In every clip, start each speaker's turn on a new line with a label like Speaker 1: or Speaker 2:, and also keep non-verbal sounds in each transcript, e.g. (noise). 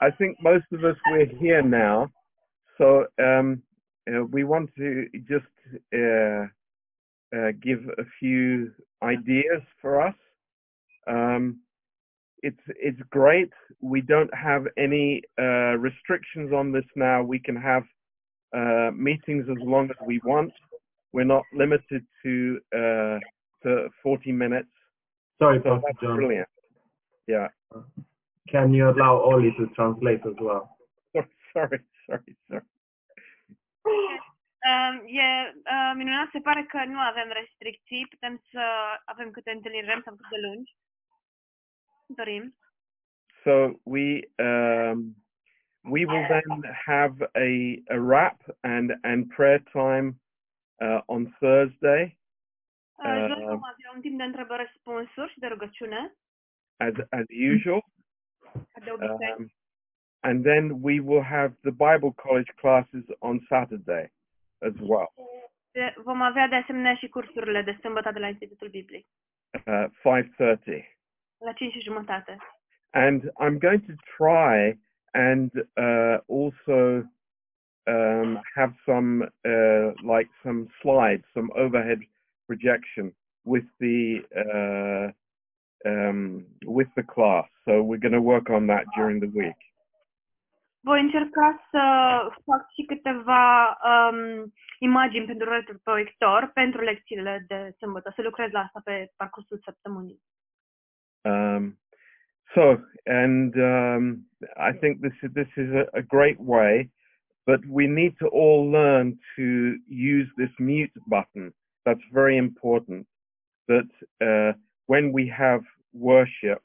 Speaker 1: I think most of us we're here now, so um, uh, we want to just uh, uh, give a few ideas for us. Um, it's it's great. We don't have any uh, restrictions on this now. We can have uh, meetings as long as we want. We're not limited to uh, to 40 minutes.
Speaker 2: Sorry,
Speaker 1: So
Speaker 2: Pastor
Speaker 1: that's
Speaker 2: John.
Speaker 1: brilliant. Yeah. (laughs)
Speaker 2: Can you allow Oli to translate as well?
Speaker 1: Sorry, sorry, sorry.
Speaker 3: Um, E uh, minunat, se pare că nu avem restricții, putem să avem câte întâlniri vrem sau cât de lungi dorim.
Speaker 1: So we um, we will then have a, a wrap and and prayer time uh, on Thursday
Speaker 3: Uh, Joi
Speaker 1: Um,
Speaker 3: vom avea un timp de întrebări-răspunsuri și de rugăciune,
Speaker 1: as as usual,
Speaker 3: ca de obicei.
Speaker 1: um, and then we will have the Bible College classes on Saturday as well,
Speaker 3: De- Vom avea de asemenea și cursurile de sâmbătă de la Institutul Biblic,
Speaker 1: uh, 5:30.
Speaker 3: la 5 și jumătate.
Speaker 1: And I'm going to try and uh, also um, have some uh, like some slides, some overhead projection with the uh, um, with the class. So we're going to work on that during the week.
Speaker 3: Voi încerca să fac și câteva um, imagini pentru retroproiector, pentru lecțiile de sâmbătă, să lucrez la asta pe parcursul săptămânii.
Speaker 1: Um, so, and um, I think this is, this is a, a great way, but we need to all learn to use this mute button. That's very important. That uh, when we have worship,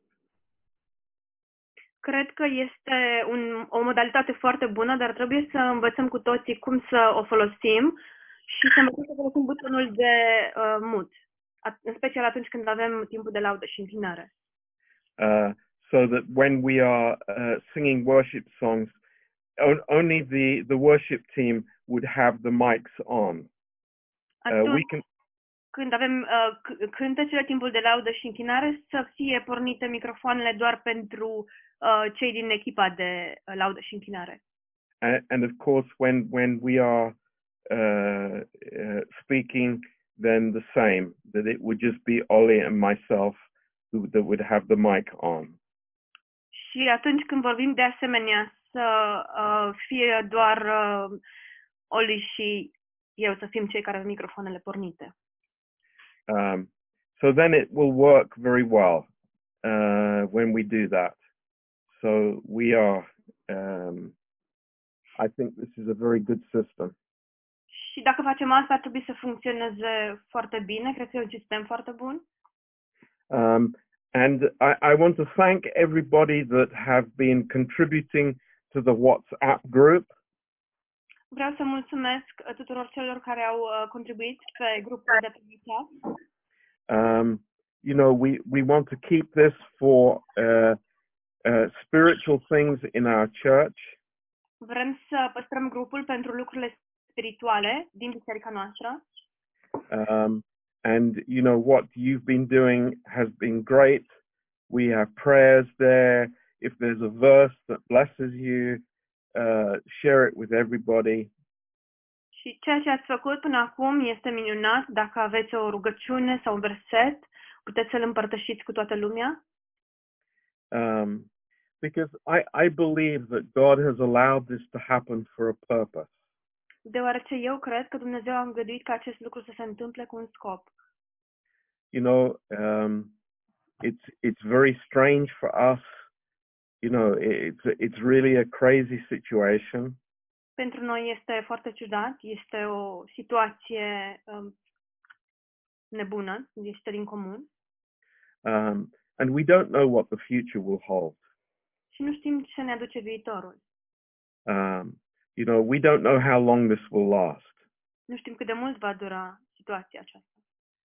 Speaker 3: Cred că este un, o modalitate foarte bună, dar trebuie să învățăm cu toții cum să o folosim și să învățăm să folosim butonul de uh, mut, at- în special atunci când avem timpul de laudă și închinare.
Speaker 1: uh, so that when we are uh, singing worship songs, on, only the, the worship team would have the mics on. Uh,
Speaker 3: Atunci
Speaker 1: we can
Speaker 3: când avem uh, c- cântecele, timpul de laudă și închinare, să fie pornite microfoanele doar pentru uh, cei din echipa de uh, laudă și închinare.
Speaker 1: and, and of course when when we are uh, uh, speaking then the same that it would just be Ollie and myself who, that would have the mic on
Speaker 3: Și atunci când vorbim de asemenea să uh, fie doar uh, Oli și eu să fim cei care avem microfoanele pornite.
Speaker 1: um, so then it will work very well uh, when we do that so we are um, I think this is a very good system
Speaker 3: Și dacă facem asta, ar trebui să funcționeze foarte bine. Cred că e un sistem foarte bun.
Speaker 1: Um, and I, I want to thank everybody that have been contributing to the WhatsApp group
Speaker 3: Vreau să mulțumesc uh, tuturor celor care au uh, contribuit pe grupul de pe WhatsApp.
Speaker 1: um, you know, we, we want to keep this for uh, uh, spiritual things in our church.
Speaker 3: Vrem să păstrăm grupul pentru lucrurile spirituale din biserica noastră
Speaker 1: Um, and, you know, what you've been doing has been great. We have prayers there. If there's a verse that blesses you, uh, share it with everybody.
Speaker 3: și ceea ce ați făcut până acum este minunat. Dacă aveți o rugăciune sau un verset, puteți să-l împărtășiți cu toată lumea.
Speaker 1: Um, because I, I believe that God has allowed this to happen for a purpose.
Speaker 3: Deoarece eu cred că Dumnezeu a îngăduit ca acest lucru să se întâmple cu un scop.
Speaker 1: you know um it's it's very strange for us you know it's it's really a crazy situation
Speaker 3: Pentru noi este foarte ciudat, este o situație um, nebună, este din comun
Speaker 1: um and we don't know what the future will hold
Speaker 3: și nu știm ce ne aduce viitorul.
Speaker 1: um you know we don't know how long this will last
Speaker 3: Nu știm cât de mult va dura situația aceasta.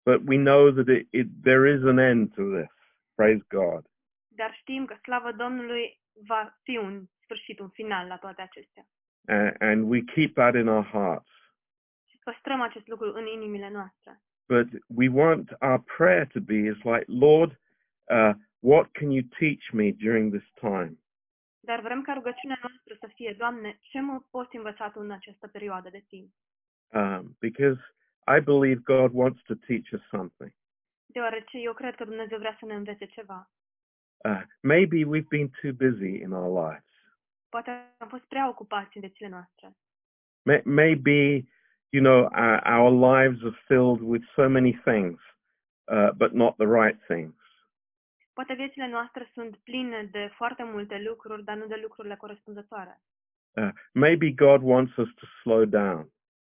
Speaker 1: but we know that it, it there is an end to this praise god
Speaker 3: dar știm că slavă Domnului va fi un sfârșit, un final la toate acestea.
Speaker 1: and, and we keep that in our hearts
Speaker 3: Și păstrăm acest lucru în inimile noastre.
Speaker 1: but we want our prayer to be is like lord uh what can you teach me during this time
Speaker 3: dar vrem ca rugăciunea noastră să fie, Doamne, ce mă poți învăța Tu în această perioadă de timp?
Speaker 1: um, because I believe God wants to teach us something.
Speaker 3: Deoarece eu cred că Dumnezeu vrea să ne învețe ceva.
Speaker 1: Uh, maybe we've been too busy in our lives.
Speaker 3: Poate am fost prea ocupați în viețile noastre.
Speaker 1: May- Maybe, you know, our, our lives are filled with so many things, uh, but not the right things.
Speaker 3: Poate viețile noastre sunt pline de foarte multe lucruri, dar nu de lucrurile corespunzătoare.
Speaker 1: Uh, maybe God wants us to slow down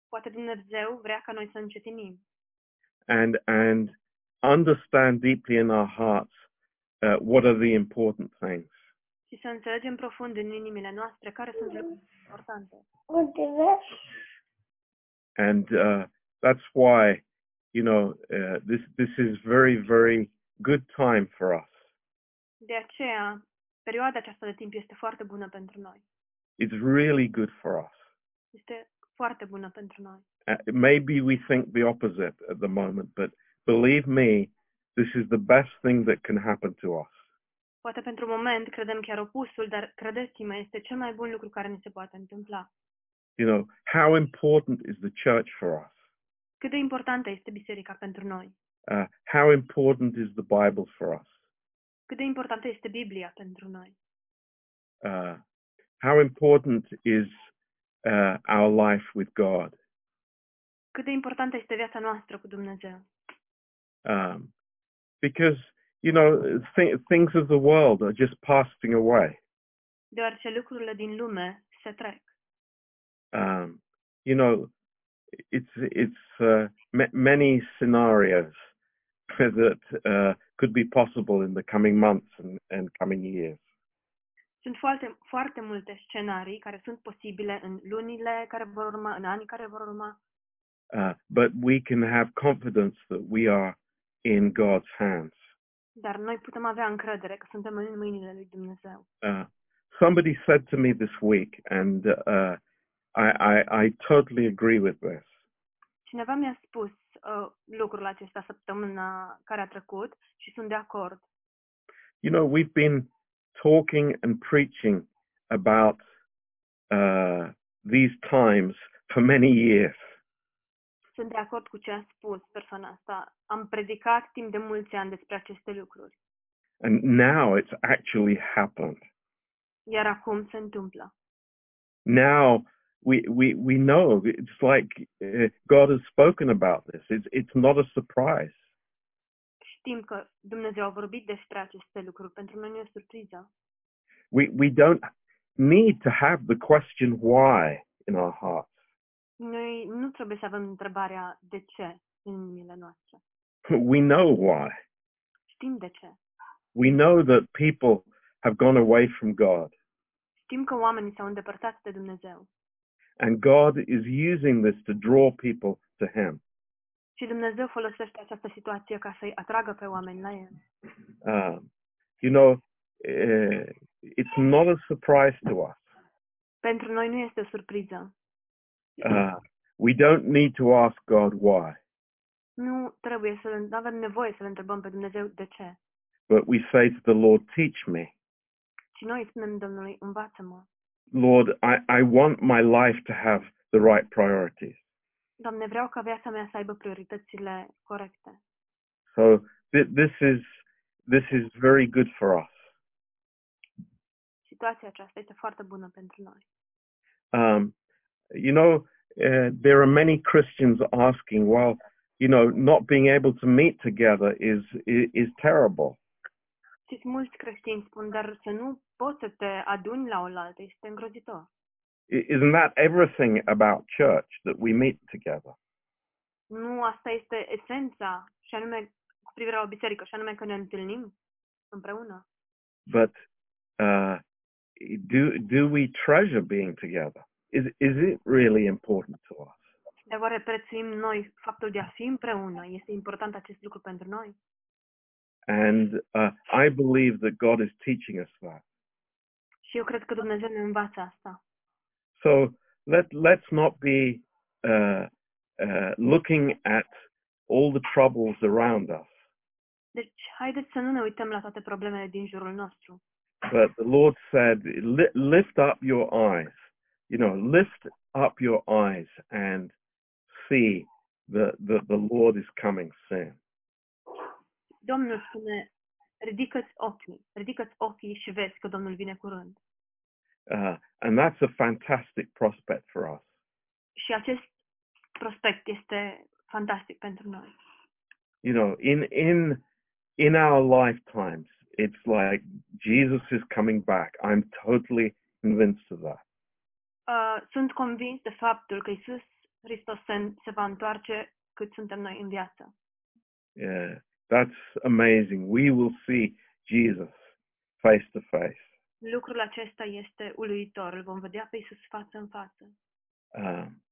Speaker 3: Poate Dumnezeu vrea ca noi să încetinim
Speaker 1: and and understand deeply in our hearts uh, what are the important things.
Speaker 3: și să înțelegem profund în inimile noastre care sunt lucrurile importante.
Speaker 1: and uh, that's why you know uh, this this is very very good time for us.
Speaker 3: De aceea, perioada aceasta de timp este foarte bună pentru noi.
Speaker 1: It's really good for us.
Speaker 3: Este foarte bună pentru noi.
Speaker 1: Uh, maybe we think the opposite at the moment, but believe me, this is the best thing that can happen to us.
Speaker 3: Poate pentru moment credem chiar opusul, dar credeți-mă, este cel mai bun lucru care ne se poate întâmpla.
Speaker 1: You know how important is the church for us?
Speaker 3: Cât de importantă este biserica pentru noi?
Speaker 1: Uh, how important is the Bible for us?
Speaker 3: Cât de importantă este Biblia pentru noi?
Speaker 1: Uh, how important is uh, our life with God?
Speaker 3: Cât de importantă este viața noastră cu Dumnezeu?
Speaker 1: um, because you know th- things of the world are just passing away.
Speaker 3: Deoarece lucrurile din lume se trec.
Speaker 1: Um, you know, it's it's uh, ma many scenarios that uh, could be possible in the coming months and, and coming years.
Speaker 3: Sunt foarte, foarte multe scenarii care sunt posibile în lunile care vor urma, în anii care vor urma,
Speaker 1: Uh, but we can have confidence that we are in God's hands.
Speaker 3: dar noi putem avea încredere că suntem în mâinile lui Dumnezeu.
Speaker 1: Uh, somebody said to me this week, and uh, I, I I totally agree with this.
Speaker 3: Cineva mi-a spus uh, lucrul acesta săptămâna care a trecut și sunt de acord.
Speaker 1: you know, we've been talking and preaching about uh, these times for many years.
Speaker 3: Sunt de acord cu ce a spus persoana asta. Am predicat timp de mulți ani despre aceste lucruri,
Speaker 1: And now it's actually happened.
Speaker 3: iar acum se întâmplă.
Speaker 1: Now we, we, we know it's like uh, God has spoken about this. It's, it's not a surprise.
Speaker 3: Știm că Dumnezeu a vorbit despre aceste lucruri. Pentru noi nu e o surpriză.
Speaker 1: We, we don't need to have the question why in our hearts. (laughs)
Speaker 3: Noi nu trebuie să avem întrebarea de ce în inimile noastre.
Speaker 1: We know why.
Speaker 3: Știm de ce.
Speaker 1: We know that people have gone away from God.
Speaker 3: Știm că oamenii s-au îndepărtat de Dumnezeu
Speaker 1: And God is using this to draw people to Him.
Speaker 3: și Dumnezeu folosește această situație ca să-i atragă pe oameni la El.
Speaker 1: Um, you know, uh, it's not a surprise to us.
Speaker 3: Pentru noi nu este o surpriză.
Speaker 1: Uh, we don't need to ask God why,
Speaker 3: Nu trebuie să nu avem nevoie să-L întrebăm pe Dumnezeu de ce.
Speaker 1: but we say to the Lord, teach me.
Speaker 3: Și noi îi spunem Domnului, învață-mă.
Speaker 1: Lord, I, I want my life to have the right priorities.
Speaker 3: Doamne, vreau ca viața mea să aibă prioritățile corecte.
Speaker 1: So th- this is this is very good for us.
Speaker 3: Situația aceasta este foarte bună pentru noi.
Speaker 1: Um, you know, uh, there are many Christians asking, well, you know, not being able to meet together is is, is terrible.
Speaker 3: Știți, mulți creștini spun, dar să nu poți să te aduni la oaltă, este îngrozitor.
Speaker 1: I- Isn't that everything about church that we meet together?
Speaker 3: Nu asta este esența, și anume cu privire la o biserică, și anume că ne întâlnim împreună.
Speaker 1: But uh, do do we treasure being together? Is is it really important to us?
Speaker 3: De oare prețuim noi faptul de a fi împreună? Este important acest lucru pentru noi?
Speaker 1: And uh, I believe that God is teaching us that.
Speaker 3: Și eu cred că Dumnezeu ne învață asta.
Speaker 1: So let let's not be uh, uh, looking at all the troubles around us,
Speaker 3: Deci, haideți să nu ne uităm la toate problemele din jurul nostru,
Speaker 1: But the Lord said, "Li- lift up your eyes, you know, lift up your eyes and see that the, the Lord is coming soon.
Speaker 3: Domnul spune, ridică-ți ochii, ridică-ți ochii și vezi că Domnul vine curând.
Speaker 1: Uh, and that's a fantastic prospect for us.
Speaker 3: Și acest prospect este fantastic pentru noi.
Speaker 1: You know, in, in, in our lifetimes, it's like Jesus is coming back. I'm totally convinced of that.
Speaker 3: Uh, sunt convins de faptul că Isus Hristos se, se va întoarce cât suntem noi în viață.
Speaker 1: Yeah, that's amazing. We will see Jesus face to face.
Speaker 3: Lucrul acesta este uluitor. Îl vom vedea pe Isus față în față.
Speaker 1: um,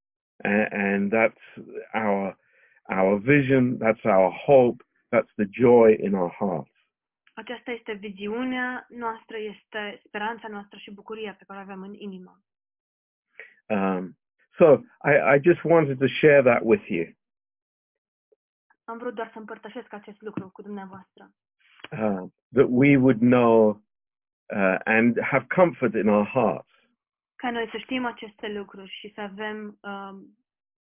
Speaker 1: and, and that's our our vision. That's our hope. That's the joy in our hearts.
Speaker 3: Aceasta este viziunea noastră, este speranța noastră și bucuria pe care o avem în inimă.
Speaker 1: Um, so I, I just wanted to share that with you.
Speaker 3: Am vrut doar să împărtășesc acest lucru cu dumneavoastră.
Speaker 1: Uh, that we would know uh, and have comfort in our hearts.
Speaker 3: Ca noi să știm aceste lucruri și să avem um,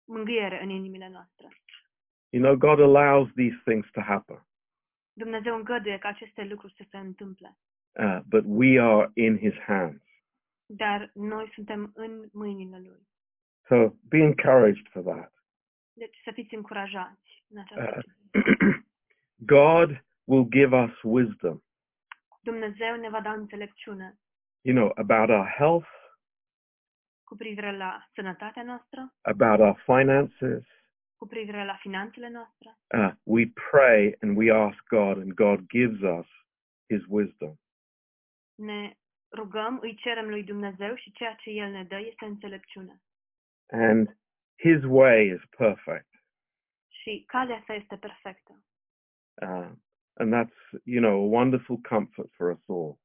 Speaker 3: mângâiere în inimile noastre.
Speaker 1: You know, God allows these things to happen,
Speaker 3: Dumnezeu îngăduie ca aceste lucruri să se întâmple,
Speaker 1: uh, but we are in His hands.
Speaker 3: dar noi suntem în mâinile Lui.
Speaker 1: So be encouraged for that.
Speaker 3: Deci să fiți încurajați în această
Speaker 1: Ah.
Speaker 3: privință.
Speaker 1: (clears throat) God will give us wisdom,
Speaker 3: Dumnezeu ne va da înțelepciune
Speaker 1: you know, about our health,
Speaker 3: cu privire la sănătatea noastră,
Speaker 1: about our finances.
Speaker 3: cu privire la finanțele noastre.
Speaker 1: Uh, we pray and we ask God, and God gives us His wisdom.
Speaker 3: Ne rugăm, îi cerem lui Dumnezeu și ceea ce El ne dă este înțelepciune.
Speaker 1: And His way is perfect.
Speaker 3: Și calea sa este perfectă.
Speaker 1: Uh, and that's, you know, a wonderful comfort for us all.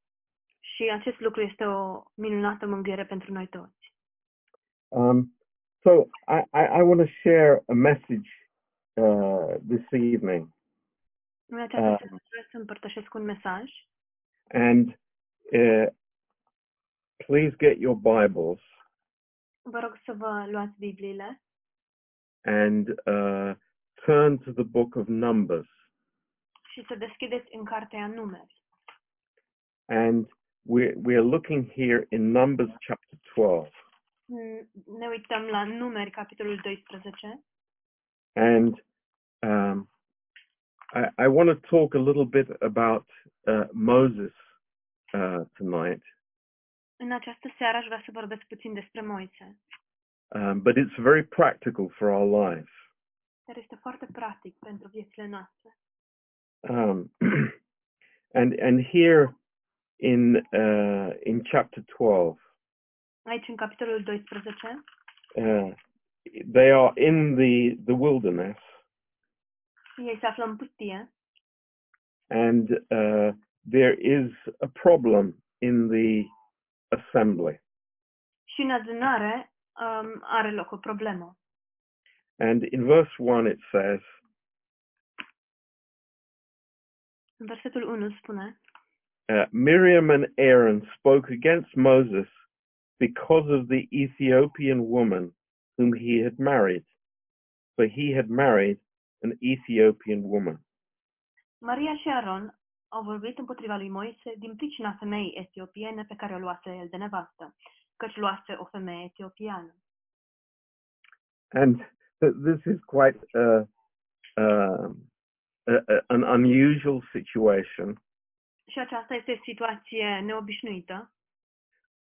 Speaker 3: Și acest lucru este o minunată mângâiere pentru noi toți.
Speaker 1: Um, so I, I, I want to share a message uh, this evening.
Speaker 3: În
Speaker 1: Ah.
Speaker 3: această seară vreau să împărtășesc un mesaj.
Speaker 1: And uh, please get your Bibles
Speaker 3: Vă rog să vă luați Bibliile
Speaker 1: and uh, turn to the book of Numbers.
Speaker 3: și să deschideți în cartea numeri.
Speaker 1: And we're, we're looking here in Numbers chapter 12.
Speaker 3: Mm, Ne uităm la numeri, capitolul 12.
Speaker 1: And um, I, I want to talk a little bit about uh, Moses uh, tonight,
Speaker 3: În această seară aș vrea să vorbesc puțin despre Moise,
Speaker 1: um, but it's very practical for our lives.
Speaker 3: care este foarte practic pentru viețile noastre.
Speaker 1: Um, (clears throat) and, and here in, uh, in chapter 12,
Speaker 3: Aici, în capitolul 12,
Speaker 1: uh, they are in the, the wilderness
Speaker 3: ei se află în pustie
Speaker 1: and uh, there is a problem in the assembly.
Speaker 3: și în adunare um, are loc o problemă.
Speaker 1: And in verse 1 it says,
Speaker 3: În versetul 1 spune,
Speaker 1: uh, Miriam and Aaron spoke against Moses because of the Ethiopian woman whom he had married. For he had married an Ethiopian woman.
Speaker 3: Maria și Aaron au vorbit împotriva lui Moise din pricina femeii etiopiene pe care o luase el de nevastă, căci luase o femeie etiopiană.
Speaker 1: And th- this is quite uh, um, a, a- an unusual situation.
Speaker 3: Și aceasta este o situație neobișnuită.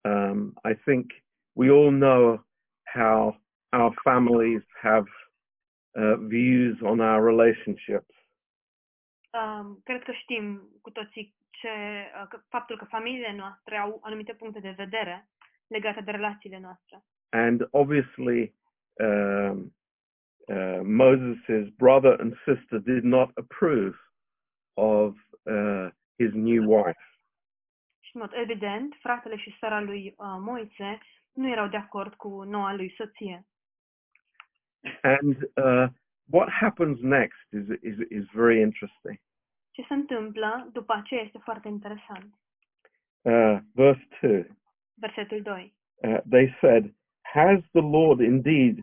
Speaker 1: Um, I think we all know how our families have uh, views on our relationships.
Speaker 3: Um, cred că știm cu toții ce, uh, că faptul că familiile noastre au anumite puncte de vedere legate de relațiile noastre.
Speaker 1: and obviously um, uh, Moses' brother and sister did not approve of uh, his new wife.
Speaker 3: Și, în mod evident, fratele și sora lui uh, Moise nu erau de acord cu noua lui soție.
Speaker 1: And uh, what happens next is, is, is very interesting.
Speaker 3: Ce se întâmplă după aceea este foarte interesant.
Speaker 1: uh, verse 2.
Speaker 3: versetul 2.
Speaker 1: Uh, they said, Has the Lord indeed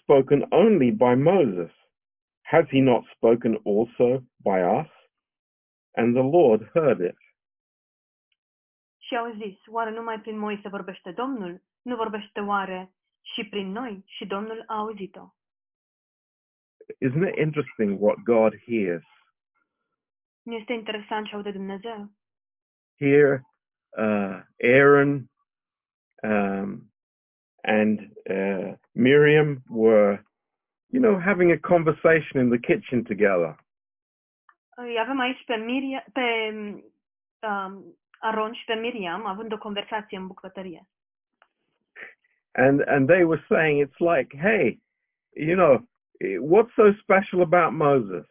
Speaker 1: spoken only by Moses? Has he not spoken also by us? And the Lord heard it.
Speaker 3: Și au zis, oare numai prin Moise vorbește Domnul? Nu vorbește oare și prin noi? Și Domnul a auzit-o.
Speaker 1: Isn't it interesting what God hears?
Speaker 3: Nu este interesant ce aude Dumnezeu?
Speaker 1: Here, uh, Aaron um, and uh, Miriam were, you know, having a conversation in the kitchen together.
Speaker 3: Îi avem aici pe, Miria, pe um, Aron și pe Miriam având o conversație în bucătărie.
Speaker 1: and and they were saying it's like hey you know eh, what's so special about moses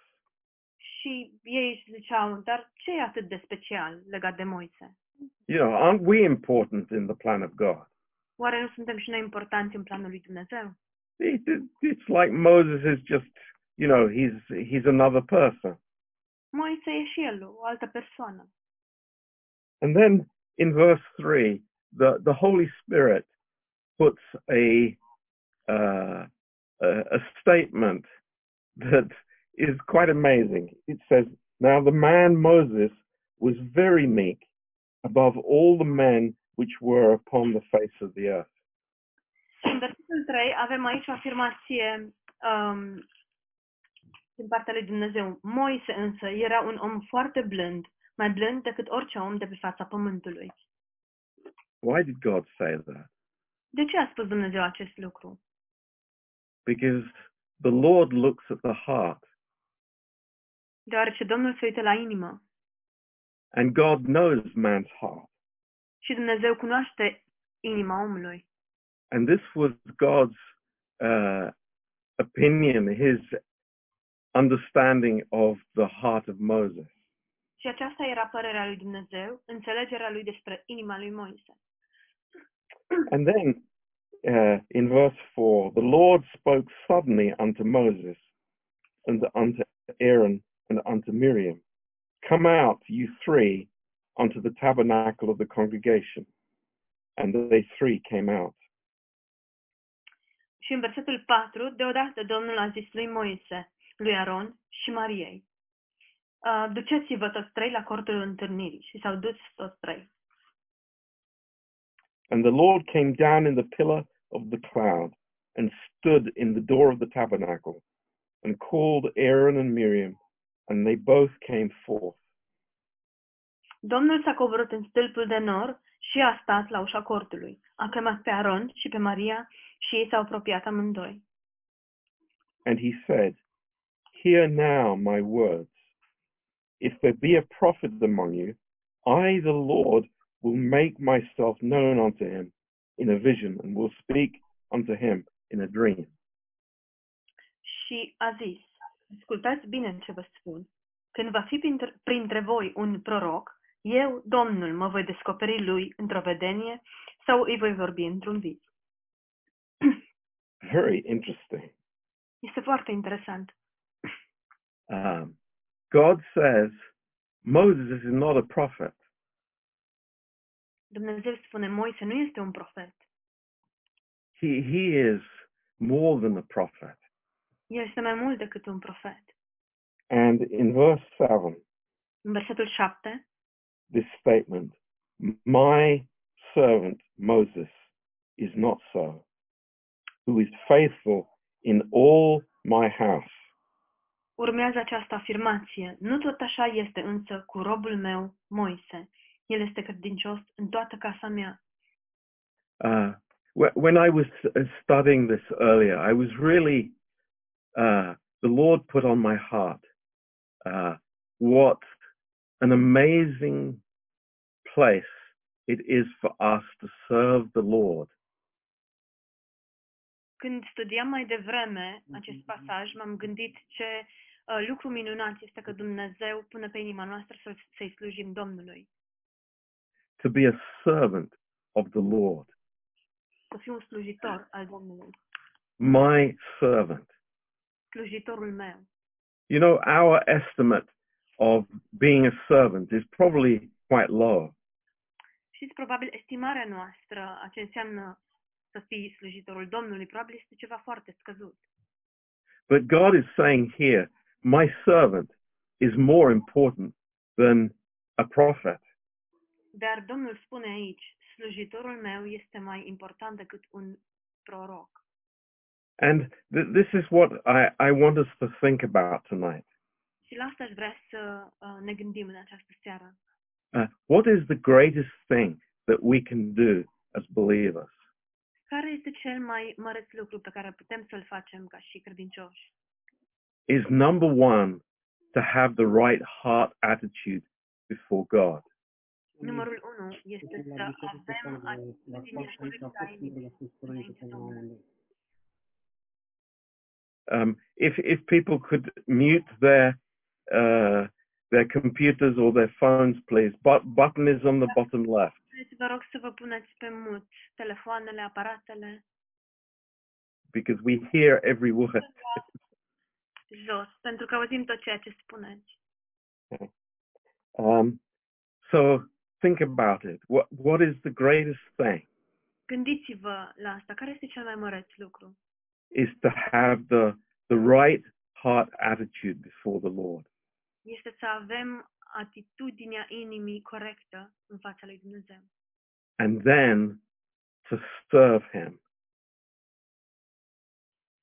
Speaker 3: Și ei își ziceau, dar ce e atât de special legat de Moise?
Speaker 1: you know aren't we important in the plan of god
Speaker 3: Oare nu suntem și noi importanți în planul lui Dumnezeu?
Speaker 1: It- it- it's like moses is just you know he's he's another person
Speaker 3: Moise e și el o altă persoană.
Speaker 1: and then in verse 3 the the holy spirit puts a uh, a, a statement that is quite amazing it says now the man moses was very meek above all the men which were upon the face of the earth.
Speaker 3: Și în versetul 3 avem aici o afirmație um, din partea lui Dumnezeu. Moise însă era un om foarte blând, mai blând decât orice om de pe fața pământului.
Speaker 1: Why did God say that?
Speaker 3: De ce a spus Dumnezeu acest lucru?
Speaker 1: Because the Lord looks at the heart
Speaker 3: Deoarece Domnul se uită la inimă
Speaker 1: and God knows man's heart.
Speaker 3: și Dumnezeu cunoaște inima omului.
Speaker 1: And this was God's uh, opinion, his understanding of the heart of Moses.
Speaker 3: Și aceasta era părerea lui Dumnezeu, înțelegerea lui despre inima lui Moise.
Speaker 1: And then uh, in verse 4, the Lord spoke suddenly unto Moses and unto Aaron and unto Miriam, Come out, you three, unto the tabernacle of the congregation. And they three came out.
Speaker 3: Și în versetul 4, deodată Domnul a zis lui Moise, lui Aron și Mariei, "Uh, Duceți-vă toți trei la cortul întâlnirii și s-au dus toți trei.
Speaker 1: And the Lord came down in the pillar of the cloud and stood in the door of the tabernacle and called Aaron and Miriam, and they both came forth.
Speaker 3: Domnul s-a coborât în stâlpul de nor și a stat la ușa cortului. A chemat pe Aron și pe Maria și ei s-au apropiat amândoi.
Speaker 1: And he said, Hear now my words. If there be a prophet among you, I, the Lord, will make myself known unto him in a vision, and will speak unto him in a dream.
Speaker 3: Și a zis, ascultați bine ce vă spun. Când va fi printre, printre voi un proroc, eu, Domnul, mă voi descoperi lui într-o vedenie sau îi voi vorbi într-un vis.
Speaker 1: Very interesting.
Speaker 3: Este foarte interesant.
Speaker 1: Um, God says, Moses is not a prophet.
Speaker 3: Dumnezeu spune, Moise nu este un profet.
Speaker 1: He, he is more than a prophet.
Speaker 3: El este mai mult decât un profet.
Speaker 1: And in verse 7,
Speaker 3: În versetul 7,
Speaker 1: this statement, My servant Moses is not so, who is faithful in all my house.
Speaker 3: urmează această afirmație. Nu tot așa este însă cu robul meu, Moise. El este credincios în toată casa mea.
Speaker 1: Uh, wh- when I was uh, studying this earlier, I was really, uh, the Lord put on my heart uh, what an amazing place it is for us to serve the Lord.
Speaker 3: Când studiam mai devreme acest pasaj, m-am gândit ce uh, lucru minunat este că Dumnezeu pune pe inima noastră să, să-i slujim Domnului,
Speaker 1: to be a servant of the Lord,
Speaker 3: să fiu un slujitor al Domnului,
Speaker 1: my servant.
Speaker 3: slujitorul meu.
Speaker 1: You know, our estimate of being a servant is probably quite low.
Speaker 3: Și știți, probabil estimarea noastră a ce înseamnă să fii slujitorul Domnului, probabil este ceva foarte scăzut.
Speaker 1: But God is saying here, my servant is more important than a prophet.
Speaker 3: Dar Domnul spune aici, slujitorul meu este mai important decât un proroc.
Speaker 1: And th- this is what I, I want us to think about tonight.
Speaker 3: Și la asta aș vrea să uh, ne gândim în această seară.
Speaker 1: Uh, what is the greatest thing that we can do as believers?
Speaker 3: Care este cel mai măreț lucru pe care putem să-l facem ca și credincioși?
Speaker 1: Is number one to have the right heart attitude before God.
Speaker 3: Numărul 1 este să avem atitudinea corectă a inimii înaintea Domnului.
Speaker 1: Um, if if people could mute their uh, their computers or their phones, please. But button is on the bottom left.
Speaker 3: Deci vă rog să vă puneți pe mut telefoanele, aparatele
Speaker 1: because we hear every word.
Speaker 3: jos, pentru că auzim tot ceea ce spuneți.
Speaker 1: Um, so think about it. What what is the greatest thing?
Speaker 3: Gândiți-vă la asta. Care este cel mai măreț lucru?
Speaker 1: Is to have the the right heart attitude before the Lord.
Speaker 3: Este să avem atitudinea inimii corectă în fața lui Dumnezeu.
Speaker 1: and then to serve him,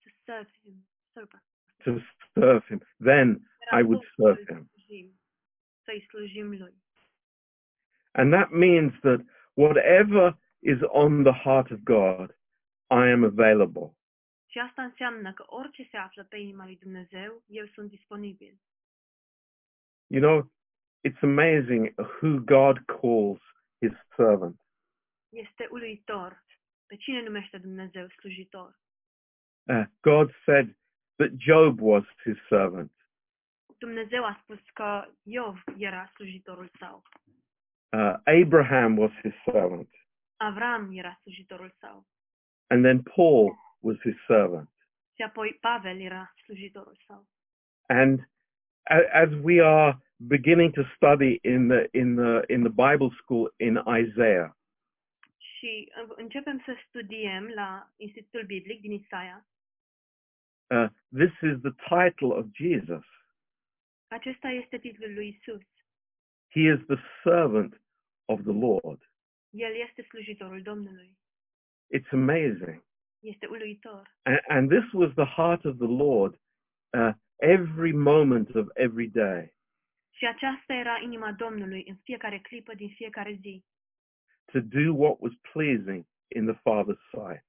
Speaker 3: Să servim, sărbă.
Speaker 1: to serve him. Then I would serve him.
Speaker 3: Să-i slujim lui.
Speaker 1: And that means that whatever is on the heart of God, I am available.
Speaker 3: Și asta înseamnă că orice se află pe inima lui Dumnezeu, eu sunt disponibil.
Speaker 1: You know, it's amazing who God calls his servant.
Speaker 3: Este uluitor. Pe cine numește Dumnezeu slujitor?
Speaker 1: Uh, God said that Job was his servant.
Speaker 3: Dumnezeu a spus că Iov era slujitorul său.
Speaker 1: Uh, Abraham was his servant.
Speaker 3: Avram era slujitorul său.
Speaker 1: And then Paul was his servant.
Speaker 3: Și apoi Pavel era slujitorul său.
Speaker 1: And a- as we are beginning to study in the in the in the Bible school in Isaiah,
Speaker 3: Și uh, începem să studiem la Institutul Biblic din Isaia.
Speaker 1: uh, this is the title of Jesus.
Speaker 3: Acesta este titlul lui Isus.
Speaker 1: He is the servant of the Lord.
Speaker 3: El este slujitorul Domnului.
Speaker 1: It's amazing,
Speaker 3: Este uluitor.
Speaker 1: and, and this was the heart of the Lord uh, every moment of every day
Speaker 3: Și aceasta era inima Domnului în fiecare clipă din fiecare zi.
Speaker 1: to do what was pleasing in the Father's sight.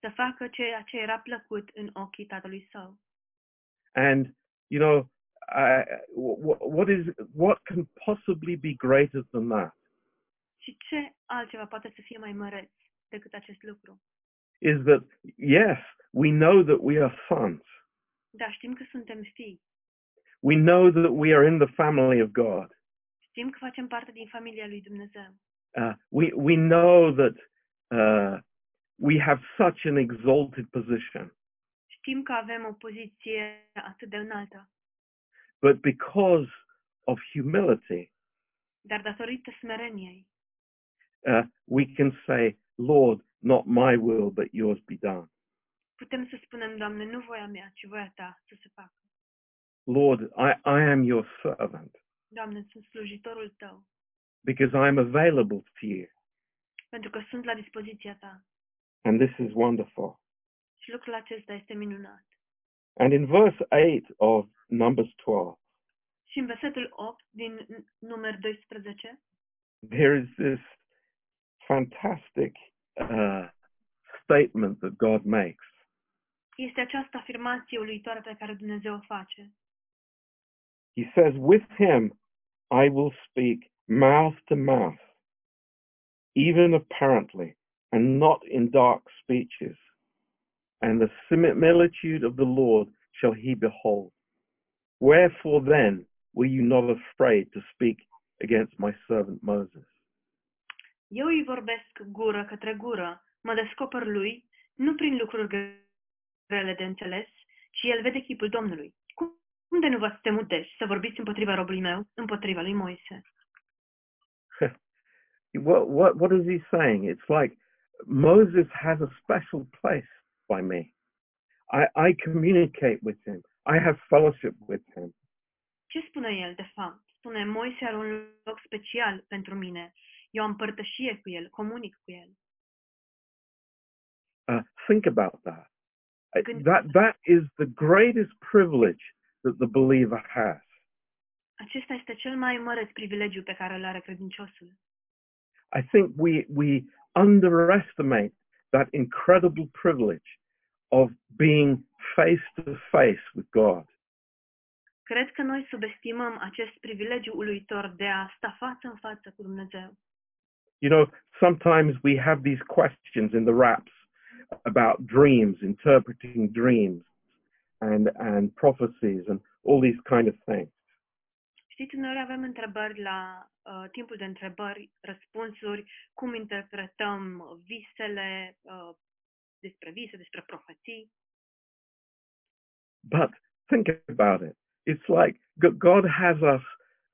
Speaker 3: Să facă ceea ce era plăcut în ochii Tatălui Său.
Speaker 1: And you know, I, what, what is what can possibly be greater than that?
Speaker 3: Și ce altceva poate să fie mai măreț decât acest lucru?
Speaker 1: is that yes, we know that we are sons.
Speaker 3: Dar Da, știm că suntem fii.
Speaker 1: We know that we are in the family of God.
Speaker 3: Știm că facem parte din familia lui Dumnezeu.
Speaker 1: Uh, we we know that uh, we have such an exalted position,
Speaker 3: Știm că avem o poziție atât de înaltă,
Speaker 1: but because of humility,
Speaker 3: dar datorită smereniei,
Speaker 1: uh, we can say, "Lord, not my will, but yours be done."
Speaker 3: putem să spunem, Doamne, nu voia mea, ci voia Ta să se facă.
Speaker 1: Lord, I, I am your servant
Speaker 3: Doamne, sunt slujitorul Tău,
Speaker 1: because I am available to you,
Speaker 3: pentru că sunt la dispoziția Ta.
Speaker 1: and this is wonderful.
Speaker 3: Și lucrul acesta este minunat.
Speaker 1: And in verse eight of Numbers twelve.
Speaker 3: Și în versetul 8 din N- număr 12
Speaker 1: there is this fantastic uh, statement that God makes.
Speaker 3: este această afirmație uluitoare pe care Dumnezeu o face.
Speaker 1: He says, With him I will speak mouth to mouth, even apparently, and not in dark speeches. And the similitude of the Lord shall he behold. Wherefore then were you not afraid to speak against my servant Moses?
Speaker 3: Eu îi vorbesc gură către gură, mă descoper lui, nu prin lucruri gre- grele de înțeles, ci el vede chipul Domnului. Cum cum de nu vă temuteți să vorbiți împotriva robului meu, împotriva lui Moise?
Speaker 1: what what what is he saying? It's like Moses has a special place by me. I, I communicate with him. I have fellowship with him.
Speaker 3: Ce spune el, de fapt? Spune, Moise are un loc special pentru mine. Eu am părtășie cu el, comunic cu el.
Speaker 1: Uh, think about that. Uh,
Speaker 3: Good.
Speaker 1: That that is the greatest privilege that the believer has.
Speaker 3: Acesta este cel mai măreț privilegiu pe care îl are credinciosul.
Speaker 1: I think we we underestimate that incredible privilege of being face to face with God.
Speaker 3: Cred că noi subestimăm acest privilegiu uluitor de a sta față în față cu Dumnezeu.
Speaker 1: You know, sometimes we have these questions in the raps about dreams, interpreting dreams, and and prophecies and all these kind of things.
Speaker 3: Știți, noi avem întrebări la uh, timpul de întrebări, răspunsuri, cum interpretăm visele, uh, despre vise, despre profeții.
Speaker 1: But think about it. It's like G- God has us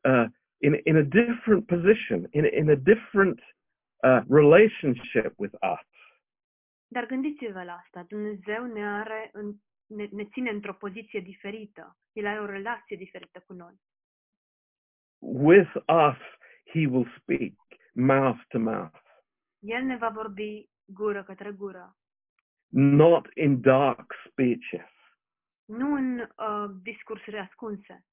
Speaker 1: uh, in in a different position, in in a different uh, relationship with us.
Speaker 3: Dar gândiți-vă la asta, Dumnezeu ne are, în, ne, ne ține într-o poziție diferită. El are o relație diferită cu noi.
Speaker 1: With us, He will speak mouth to mouth,
Speaker 3: El ne va vorbi gură către gură,
Speaker 1: not in dark speeches. (laughs)
Speaker 3: nu în uh, discursuri ascunse.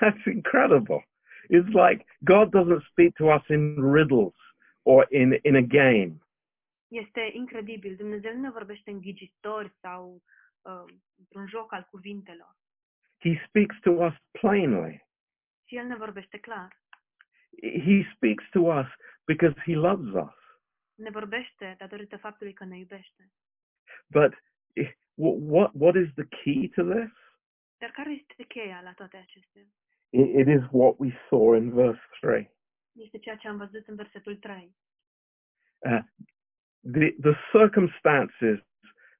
Speaker 1: That's incredible. It's like God doesn't speak to us in riddles or in, in a game.
Speaker 3: Este incredibil. Dumnezeu nu ne vorbește în ghicitori sau uh, într-un joc al cuvintelor,
Speaker 1: He speaks to us plainly.
Speaker 3: ci El ne vorbește clar.
Speaker 1: He speaks to us because He loves us.
Speaker 3: Ne vorbește datorită faptului că ne iubește.
Speaker 1: But eh, wh- what, what is the key to this?
Speaker 3: Dar care este cheia la toate acestea?
Speaker 1: It, it is what we saw in verse 3.
Speaker 3: Este ceea ce am văzut în versetul 3.
Speaker 1: Uh, the, the circumstances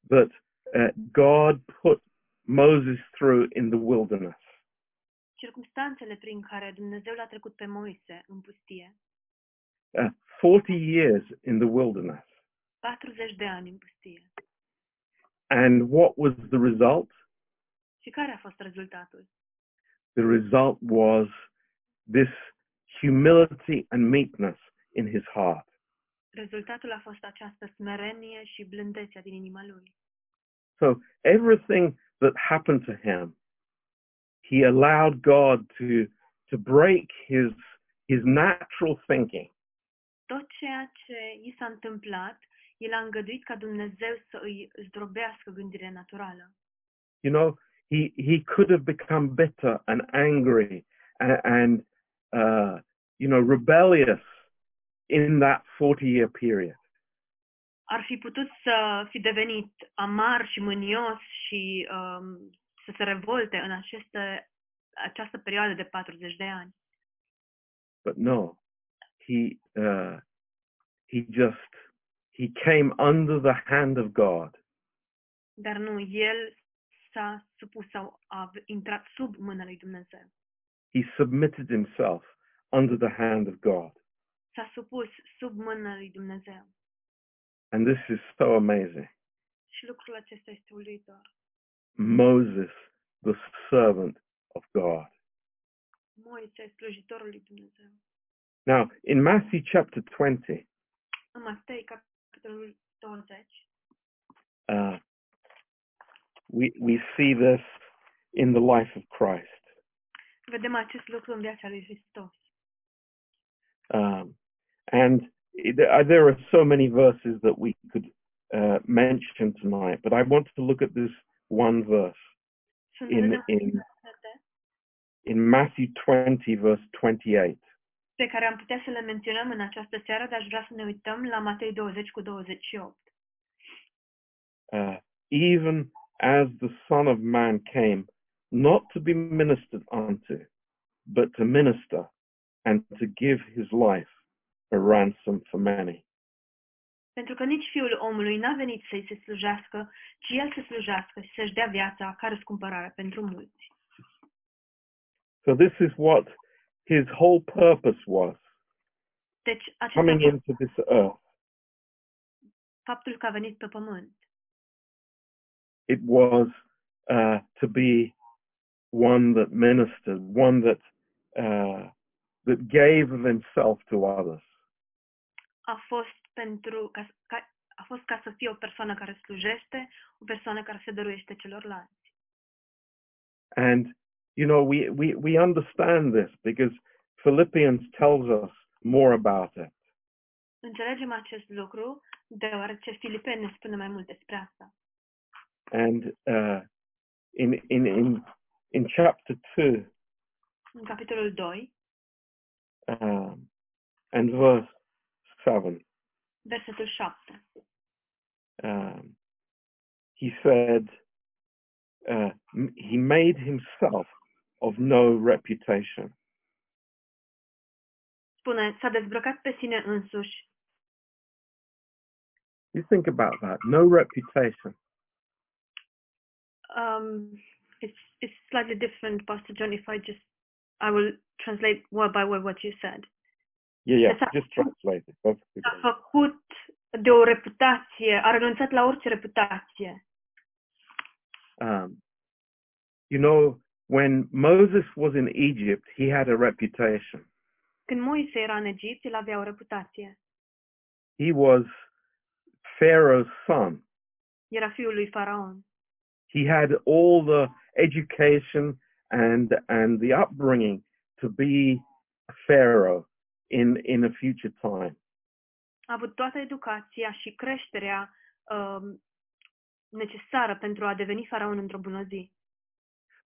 Speaker 1: that uh, God put Moses through in the wilderness.
Speaker 3: Circumstanțele prin care Dumnezeu l-a trecut pe Moise în pustie,
Speaker 1: Uh, 40 years in the wilderness.
Speaker 3: 40 de ani în pustie.
Speaker 1: And what was the result?
Speaker 3: Și care a fost rezultatul?
Speaker 1: The result was this humility and meekness in his heart.
Speaker 3: Rezultatul a fost această smerenie și blândețea din inima lui.
Speaker 1: So everything that happened to him, he allowed God to, to break his, his natural thinking
Speaker 3: tot ceea ce i s-a întâmplat, el a îngăduit ca Dumnezeu să îi zdrobească gândirea naturală.
Speaker 1: You know, he he could have become bitter and angry and, and uh, you know rebellious in that 40-year period.
Speaker 3: Ar fi putut să fi devenit amar și mânios și um, să se revolte în aceste, această perioadă de 40 de ani.
Speaker 1: But no, he uh, he just he came under the hand of God,
Speaker 3: Dar nu, el s-a supus sau a v- intrat sub mâna lui Dumnezeu.
Speaker 1: he submitted himself under the hand of God,
Speaker 3: S-a supus sub mâna lui Dumnezeu.
Speaker 1: and this is so amazing.
Speaker 3: Și lucrul acesta este uluitor.
Speaker 1: Moses, the servant of God.
Speaker 3: Moise, slujitorul lui Dumnezeu.
Speaker 1: Now, in Matthew chapter 20,
Speaker 3: În Matei, capitolul 20,
Speaker 1: uh, we we see this in the life of Christ.
Speaker 3: vedem acest lucru în viața lui Hristos.
Speaker 1: Um, and it, uh, there are so many verses that we could uh, mention tonight, but I want to look at this one verse
Speaker 3: Sunt
Speaker 1: In-
Speaker 3: atâtea
Speaker 1: in-
Speaker 3: versete
Speaker 1: in Matthew 20, verse 28.
Speaker 3: pe care am putea să le menționăm în această seară, dar aș vrea să ne uităm la Matei 20 cu 28.
Speaker 1: Uh, Even as the Son of Man came, not to be ministered unto, but to minister and to give his life a ransom for many.
Speaker 3: Pentru că nici fiul omului n-a venit să-i se slujească, ci el să slujească și să-și dea viața ca răscumpărare pentru mulți.
Speaker 1: So this is what his whole purpose was
Speaker 3: Deci acesta
Speaker 1: coming
Speaker 3: e
Speaker 1: into this earth.
Speaker 3: faptul că a venit pe pământ.
Speaker 1: It was uh, to be one that ministered, one that uh, that gave of himself to others.
Speaker 3: A fost pentru ca, ca, a fost ca să fie o persoană care slujește, o persoană care se dăruiește celorlalți.
Speaker 1: And you know, we, we, we understand this because Philippians tells us more about it.
Speaker 3: Înțelegem acest lucru deoarece Filipeni ne spune mai mult despre asta.
Speaker 1: And uh, in in in in chapter two
Speaker 3: În capitolul 2,
Speaker 1: um, and verse seven,
Speaker 3: versetul 7.
Speaker 1: um, he said, uh, m- He made himself of no reputation.
Speaker 3: Spune, s-a dezbrăcat pe sine însuși.
Speaker 1: You think about that no reputation.
Speaker 3: Um, it's, it's slightly different, Pastor John, if I just, I will translate word by word what you said.
Speaker 1: Yeah, yeah,
Speaker 3: That's a-
Speaker 1: just translate it. That's the good.
Speaker 3: S-a făcut de o reputație, a renunțat la orice reputație.
Speaker 1: Um, you know, when Moses was in Egypt, he had a reputation.
Speaker 3: Când Moise era în Egipt, el avea o reputație.
Speaker 1: He was Pharaoh's son.
Speaker 3: Era fiul lui Faraon.
Speaker 1: He had all the education and and the upbringing to be a Pharaoh in in a future time.
Speaker 3: A avut toată educația și creșterea um, necesară pentru a deveni Faraon într-o bună zi.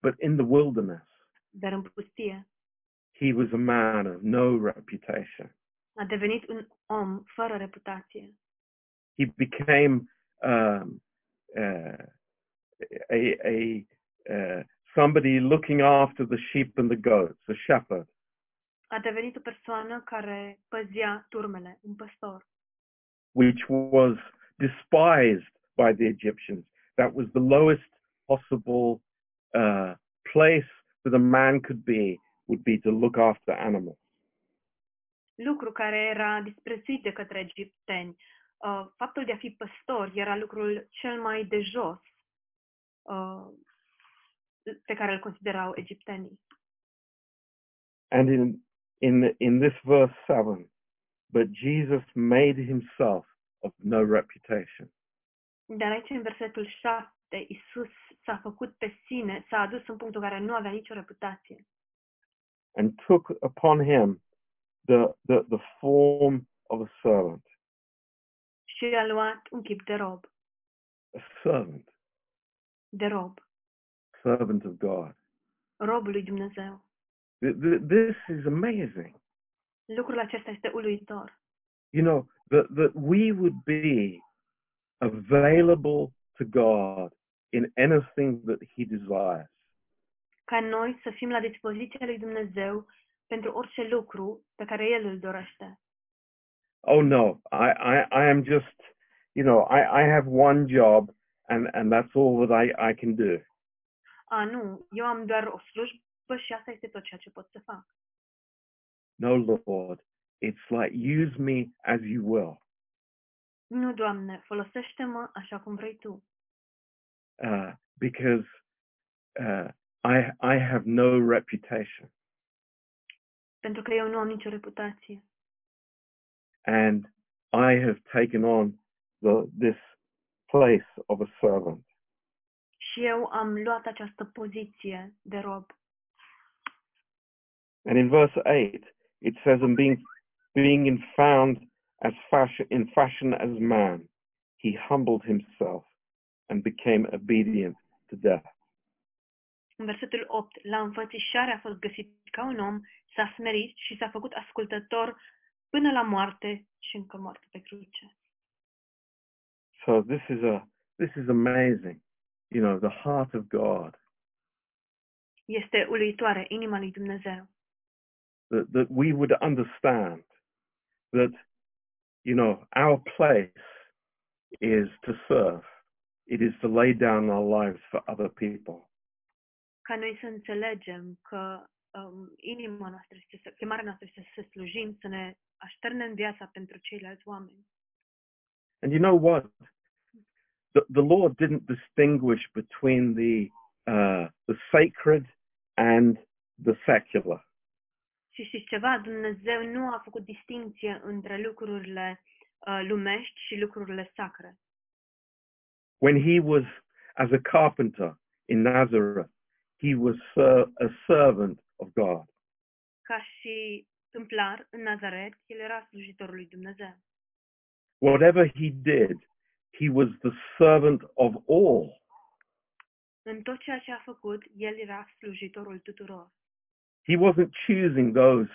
Speaker 1: But in the wilderness,
Speaker 3: Dar în pustie
Speaker 1: he was a man of no reputation.
Speaker 3: a devenit un om fără reputație.
Speaker 1: He became um, uh, a, a uh, somebody looking after the sheep and the goats, a shepherd.
Speaker 3: A devenit o persoană care păzea turmele, un păstor,
Speaker 1: which was despised by the Egyptians. That was the lowest possible uh, place that a man could be, would be to look after animals.
Speaker 3: lucru care era disprețuit de către egipteni. Uh, faptul de a fi păstor era lucrul cel mai de jos uh, pe care îl considerau egiptenii.
Speaker 1: And in, in, in this verse 7, but Jesus made himself of no reputation.
Speaker 3: Dar aici, în versetul 7, Isus s-a făcut pe sine, s-a adus în punctul care nu avea nicio reputație
Speaker 1: and took upon him the, the, the form of a servant,
Speaker 3: și a luat un chip de rob,
Speaker 1: a servant,
Speaker 3: de rob,
Speaker 1: servant of God.
Speaker 3: robul lui Dumnezeu.
Speaker 1: Th- th- This is amazing.
Speaker 3: Lucrul acesta este uluitor.
Speaker 1: you know, that, that we would be available to God in anything that He desires.
Speaker 3: ca noi să fim la dispoziția lui Dumnezeu pentru orice lucru pe care El îl dorește.
Speaker 1: Oh no, I, I, I am just, you know, I, I have one job and, and that's all that I, I can do.
Speaker 3: A, nu, eu am doar o slujbă și asta este tot ceea ce pot să fac.
Speaker 1: No, Lord, it's like use me as you will.
Speaker 3: Nu, Doamne, folosește-mă așa cum vrei Tu,
Speaker 1: Uh, because uh, I, I have no reputation.
Speaker 3: pentru că eu nu am nicio reputație
Speaker 1: and I have taken on the, this place of a servant.
Speaker 3: și eu am luat această poziție de rob.
Speaker 1: And in verse 8, it says, And being, being in found as fashion, in fashion as man, he humbled himself and became obedient to death.
Speaker 3: În versetul 8, la înfățișare a fost găsit ca un om, s-a smerit și s-a făcut ascultător până la moarte și încă moarte pe cruce.
Speaker 1: So this is a this is amazing. You know, the heart of God
Speaker 3: Este uluitoare inima lui Dumnezeu.
Speaker 1: that, that we would understand that you know our place is to serve. It is to lay down our lives for other people.
Speaker 3: ca noi să înțelegem că um, inima noastră și să, chemarea noastră și să, să slujim, să ne așternem viața pentru ceilalți oameni.
Speaker 1: And you know what? The, the Lord didn't distinguish between the uh, the sacred and the secular.
Speaker 3: Și știți ceva? Dumnezeu nu a făcut distinție între lucrurile uh, lumești și lucrurile sacre.
Speaker 1: When he was as a carpenter in Nazareth, he was ser- a servant of God.
Speaker 3: Ca și tâmplar în Nazaret, el era slujitorul lui Dumnezeu.
Speaker 1: Whatever he did, he was the servant of all.
Speaker 3: În tot ceea ce a făcut, el era slujitorul tuturor.
Speaker 1: He wasn't choosing those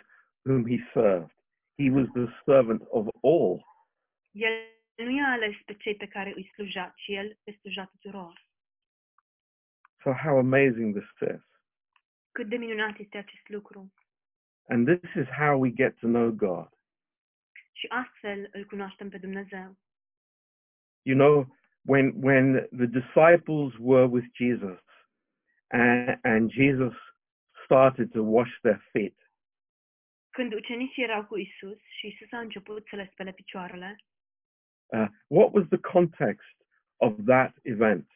Speaker 1: whom he served. He was the servant of all.
Speaker 3: El nu i-a ales pe cei pe care îi sluja, ci el le sluja tuturor.
Speaker 1: So how amazing this is.
Speaker 3: Cât de minunat este acest lucru!
Speaker 1: And this is how we get to know God.
Speaker 3: Și astfel îl cunoaștem pe Dumnezeu.
Speaker 1: You know, when when the disciples were with Jesus and, and Jesus started to wash their feet,
Speaker 3: Când ucenicii erau cu Isus și Isus a început să le spele picioarele,
Speaker 1: uh, what was the context of that event?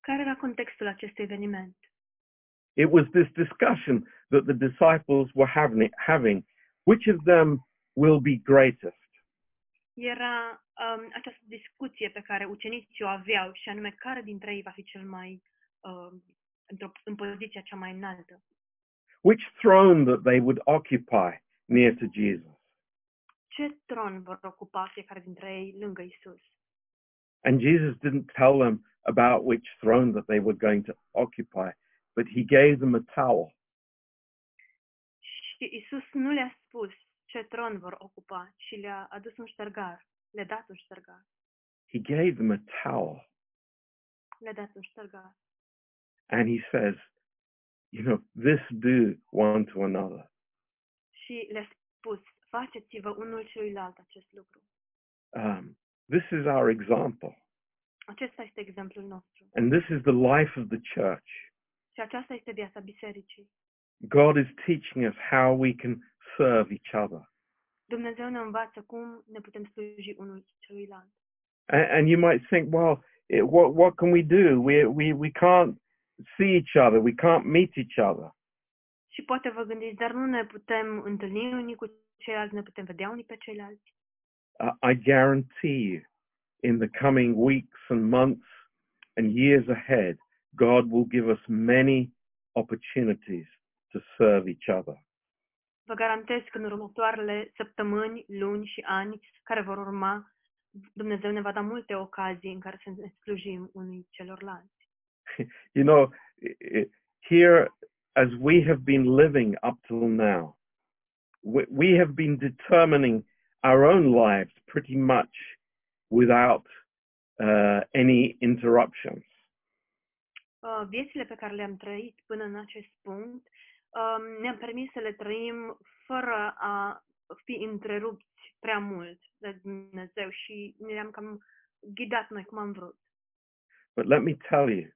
Speaker 3: care era contextul acestui eveniment?
Speaker 1: It was this discussion that the disciples were having, having which of them will be greatest?
Speaker 3: Era um, această discuție pe care ucenicii o aveau și anume care dintre ei va fi cel mai um, într-o, în poziția cea mai înaltă,
Speaker 1: Which throne that they would occupy near to Jesus?
Speaker 3: ce tron vor ocupa fiecare dintre ei lângă Isus.
Speaker 1: And Jesus didn't tell them about which throne that they were going to occupy, but he gave them a towel.
Speaker 3: Și Isus nu le-a spus ce tron vor ocupa, ci le-a adus un ștergar, le-a dat un ștergar,
Speaker 1: He gave them a towel
Speaker 3: le-a dat un ștergar.
Speaker 1: and he says, you know, this do one to another.
Speaker 3: și le-a spus, faceți-vă unul celuilalt acest lucru.
Speaker 1: Um, this is our example.
Speaker 3: Acesta este exemplul nostru
Speaker 1: And this is the life of the church.
Speaker 3: și aceasta este viața bisericii.
Speaker 1: God is teaching us how we can serve each other.
Speaker 3: Dumnezeu ne învață cum ne putem sluji unul celuilalt.
Speaker 1: And, and you might think, well, it, what, what can we do? We, we, we can't see each other. We can't meet each other.
Speaker 3: Și poate vă gândiți, dar nu ne putem întâlni unii cu ceilalți, ne putem vedea unii pe ceilalți.
Speaker 1: Uh, I guarantee you, in the coming weeks and months and years ahead, God will give us many opportunities to serve each other.
Speaker 3: Vă garantez că în următoarele săptămâni, luni și ani care vor urma, Dumnezeu ne va da multe ocazii în care să ne slujim unii celorlalți.
Speaker 1: You know, i- i- here, as we have been living up till now, we, we have been determining our own lives pretty much without uh, any interruptions.
Speaker 3: Uh, viețile pe care le-am trăit până în acest punct, um, ne-am permis să le trăim fără a fi întrerupți prea mult de Dumnezeu și ne-am cam ghidat noi cum am vrut.
Speaker 1: But let me tell you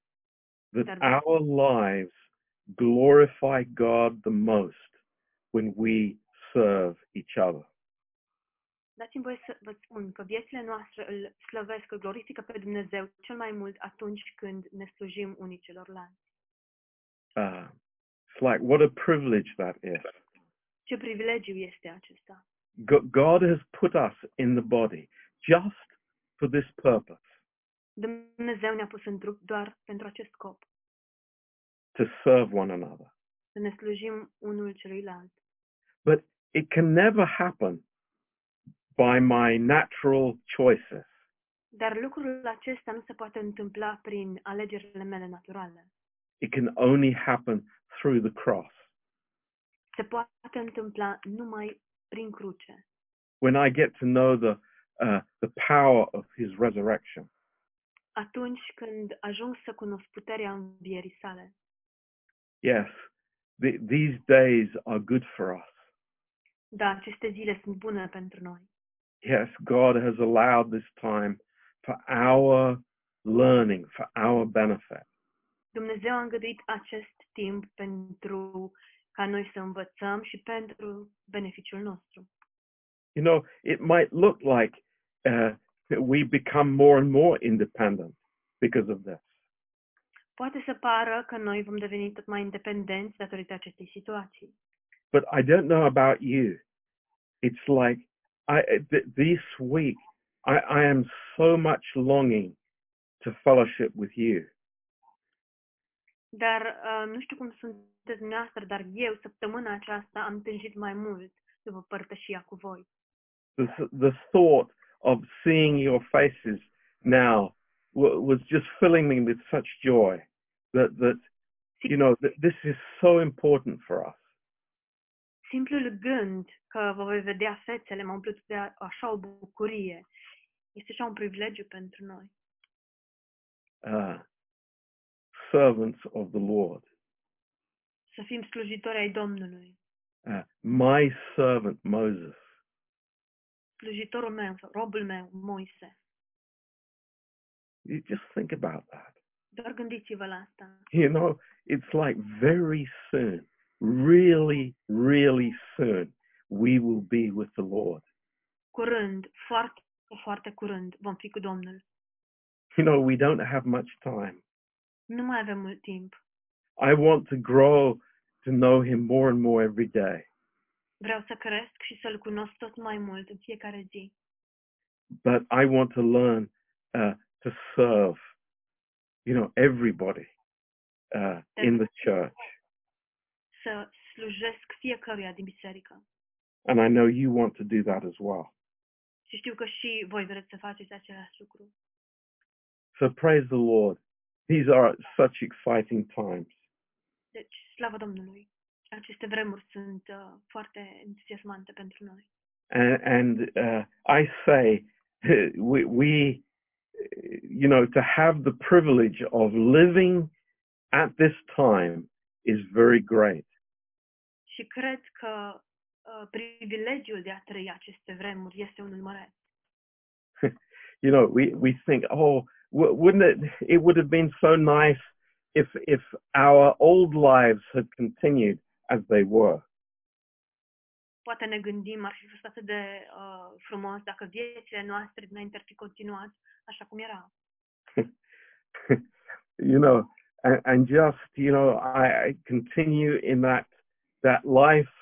Speaker 1: that
Speaker 3: Dar-
Speaker 1: our lives glorify God the most when we serve each other.
Speaker 3: Dați-mi voie să vă spun că viețile noastre îl slăvesc, îl glorifică pe Dumnezeu cel mai mult atunci când ne slujim unii celorlalți.
Speaker 1: Uh, it's like, what a privilege that is.
Speaker 3: Ce privilegiu este acesta?
Speaker 1: Go- God has put us in the body just for this purpose,
Speaker 3: Dumnezeu ne-a pus în trup doar pentru acest scop,
Speaker 1: to serve one another.
Speaker 3: să ne slujim unul celuilalt.
Speaker 1: But it can never happen by my natural choices.
Speaker 3: Dar lucrul acesta nu se poate întâmpla prin alegerile mele naturale.
Speaker 1: It can only happen through the cross.
Speaker 3: Se poate întâmpla numai prin cruce,
Speaker 1: When I get to know the, uh, the power of his resurrection,
Speaker 3: atunci când ajung să cunosc puterea învierii sale.
Speaker 1: yes, th- these days are good for us.
Speaker 3: Da, aceste zile sunt bune pentru noi.
Speaker 1: Yes, God has allowed this time for our learning, for our benefit.
Speaker 3: Dumnezeu a îngăduit acest timp pentru ca noi să învățăm și pentru beneficiul nostru.
Speaker 1: You know, it might look like uh, that we become more and more independent because of this.
Speaker 3: Poate să pară că noi vom deveni tot mai independenți datorită acestei situații.
Speaker 1: But I don't know about you. It's like I uh, th- this week I, I am so much longing to fellowship with you.
Speaker 3: Dar uh, nu știu cum sunteți dumneavoastră, dar eu săptămâna aceasta am tânjit mai mult după părtășia cu voi.
Speaker 1: The th- the thought of seeing your faces now w- was just filling me with such joy that that you know that this is so important for us.
Speaker 3: Simplul gând că vă voi vedea fețele m-a umplut de a- așa o bucurie. Este așa un privilegiu pentru noi,
Speaker 1: Uh, servants of the Lord,
Speaker 3: să fim slujitori ai Domnului.
Speaker 1: uh, my servant Moses.
Speaker 3: Slujitorul meu, sau robul meu, Moise.
Speaker 1: You just think about that.
Speaker 3: Doar gândiți-vă la asta.
Speaker 1: You know, it's like very soon, really, really soon, we will be with the Lord.
Speaker 3: Curând, foarte, foarte curând, vom fi cu Domnul.
Speaker 1: You know, we don't have much time.
Speaker 3: Nu mai avem mult timp.
Speaker 1: I want to grow to know Him more and more every day,
Speaker 3: Vreau să cresc și să-L cunosc tot mai mult în fiecare zi.
Speaker 1: but I want to learn uh, to serve, you know, everybody uh, in the church.
Speaker 3: Să slujesc fiecăruia din biserică.
Speaker 1: And I know you want to do that as well.
Speaker 3: Și știu că și voi vreți să faceți același lucru.
Speaker 1: So praise the Lord. These are such exciting times.
Speaker 3: Deci, slavă Domnului! Aceste vremuri sunt uh, foarte entuziasmante pentru noi.
Speaker 1: And, and uh, I say, (laughs) we, we, you know, to have the privilege of living at this time is very great.
Speaker 3: Și cred că uh, privilegiul de a trăi aceste vremuri este unul mare.
Speaker 1: You know, we, we think, oh, w- wouldn't it, it would have been so nice if, if our old lives had continued as they were.
Speaker 3: Poate ne gândim, ar fi fost atât de uh, frumos dacă viețile noastre dinainte ar fi continuat așa cum erau.
Speaker 1: you know, and, and just you know, I, I continue in that that life,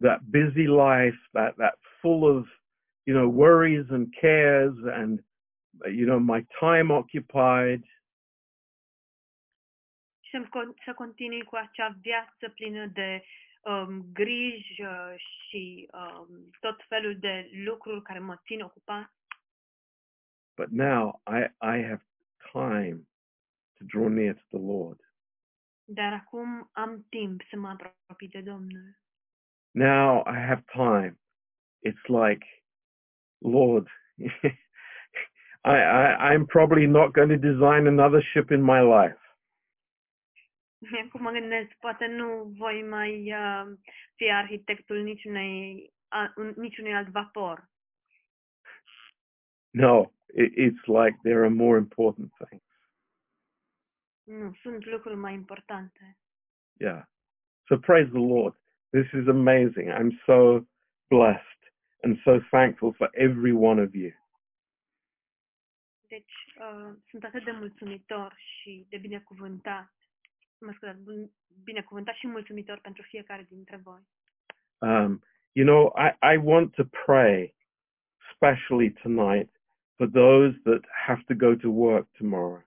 Speaker 1: that busy life, that that full of you know worries and cares, and you know my time occupied.
Speaker 3: Și să-mi con- să continui cu acea viață plină de um, griji uh, și um, tot felul de lucruri care mă țin ocupat.
Speaker 1: But now I I have time to draw near to the Lord.
Speaker 3: Dar acum am timp să mă apropii de Domnul. (laughs)
Speaker 1: Now I have time. It's like, Lord. (laughs) I, I, I'm probably not going to design another ship in my life.
Speaker 3: Acum mă gândesc, poate nu voi mai uh, fi arhitectul niciunei, a, un, niciunui alt vapor.
Speaker 1: No, it, it's like there are more important things.
Speaker 3: Nu, sunt lucruri mai importante.
Speaker 1: Yeah. So praise the Lord. This is amazing. I'm so blessed and so thankful for every one of you.
Speaker 3: Deci, uh, sunt atât de mulțumitor și de binecuvântat. Mă scuzați, bun- binecuvântat și mulțumitor pentru fiecare dintre voi.
Speaker 1: Um, you know, I, I want to pray, especially tonight, for those that have to go to work tomorrow.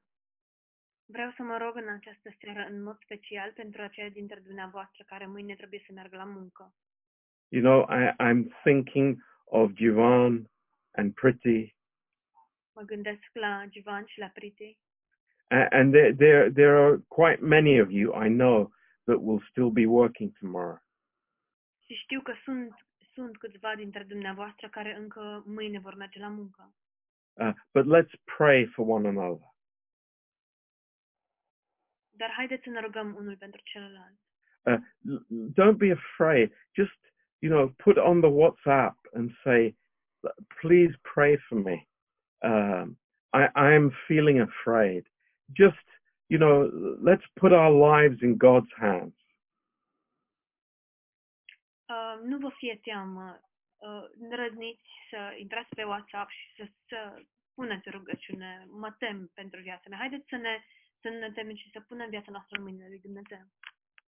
Speaker 3: Vreau să mă rog în această seară în mod special pentru aceia dintre dumneavoastră care mâine trebuie să meargă la muncă.
Speaker 1: You know, I, I'm thinking of Jivan and Pretty,
Speaker 3: Mă gândesc la Givan și la Priti
Speaker 1: and, and there, there, there are quite many of you I know that will still be working tomorrow.
Speaker 3: și știu că sunt, sunt câțiva dintre dumneavoastră care încă mâine vor merge la muncă.
Speaker 1: Uh, but let's pray for one another.
Speaker 3: Dar haideți să ne rugăm unul pentru celălalt.
Speaker 1: Uh, l- l- don't be afraid. Just, you know, put on the WhatsApp and say, please pray for me. Um, I, I'm feeling afraid. Just, you know, let's put our lives in God's hands.
Speaker 3: uh, nu vă fie teamă, uh, îndrăzniți să intrați pe WhatsApp și să, să puneți rugăciune, mă tem pentru viața mea. Haideți să ne, să ne temem și să punem viața noastră în mâinile lui Dumnezeu.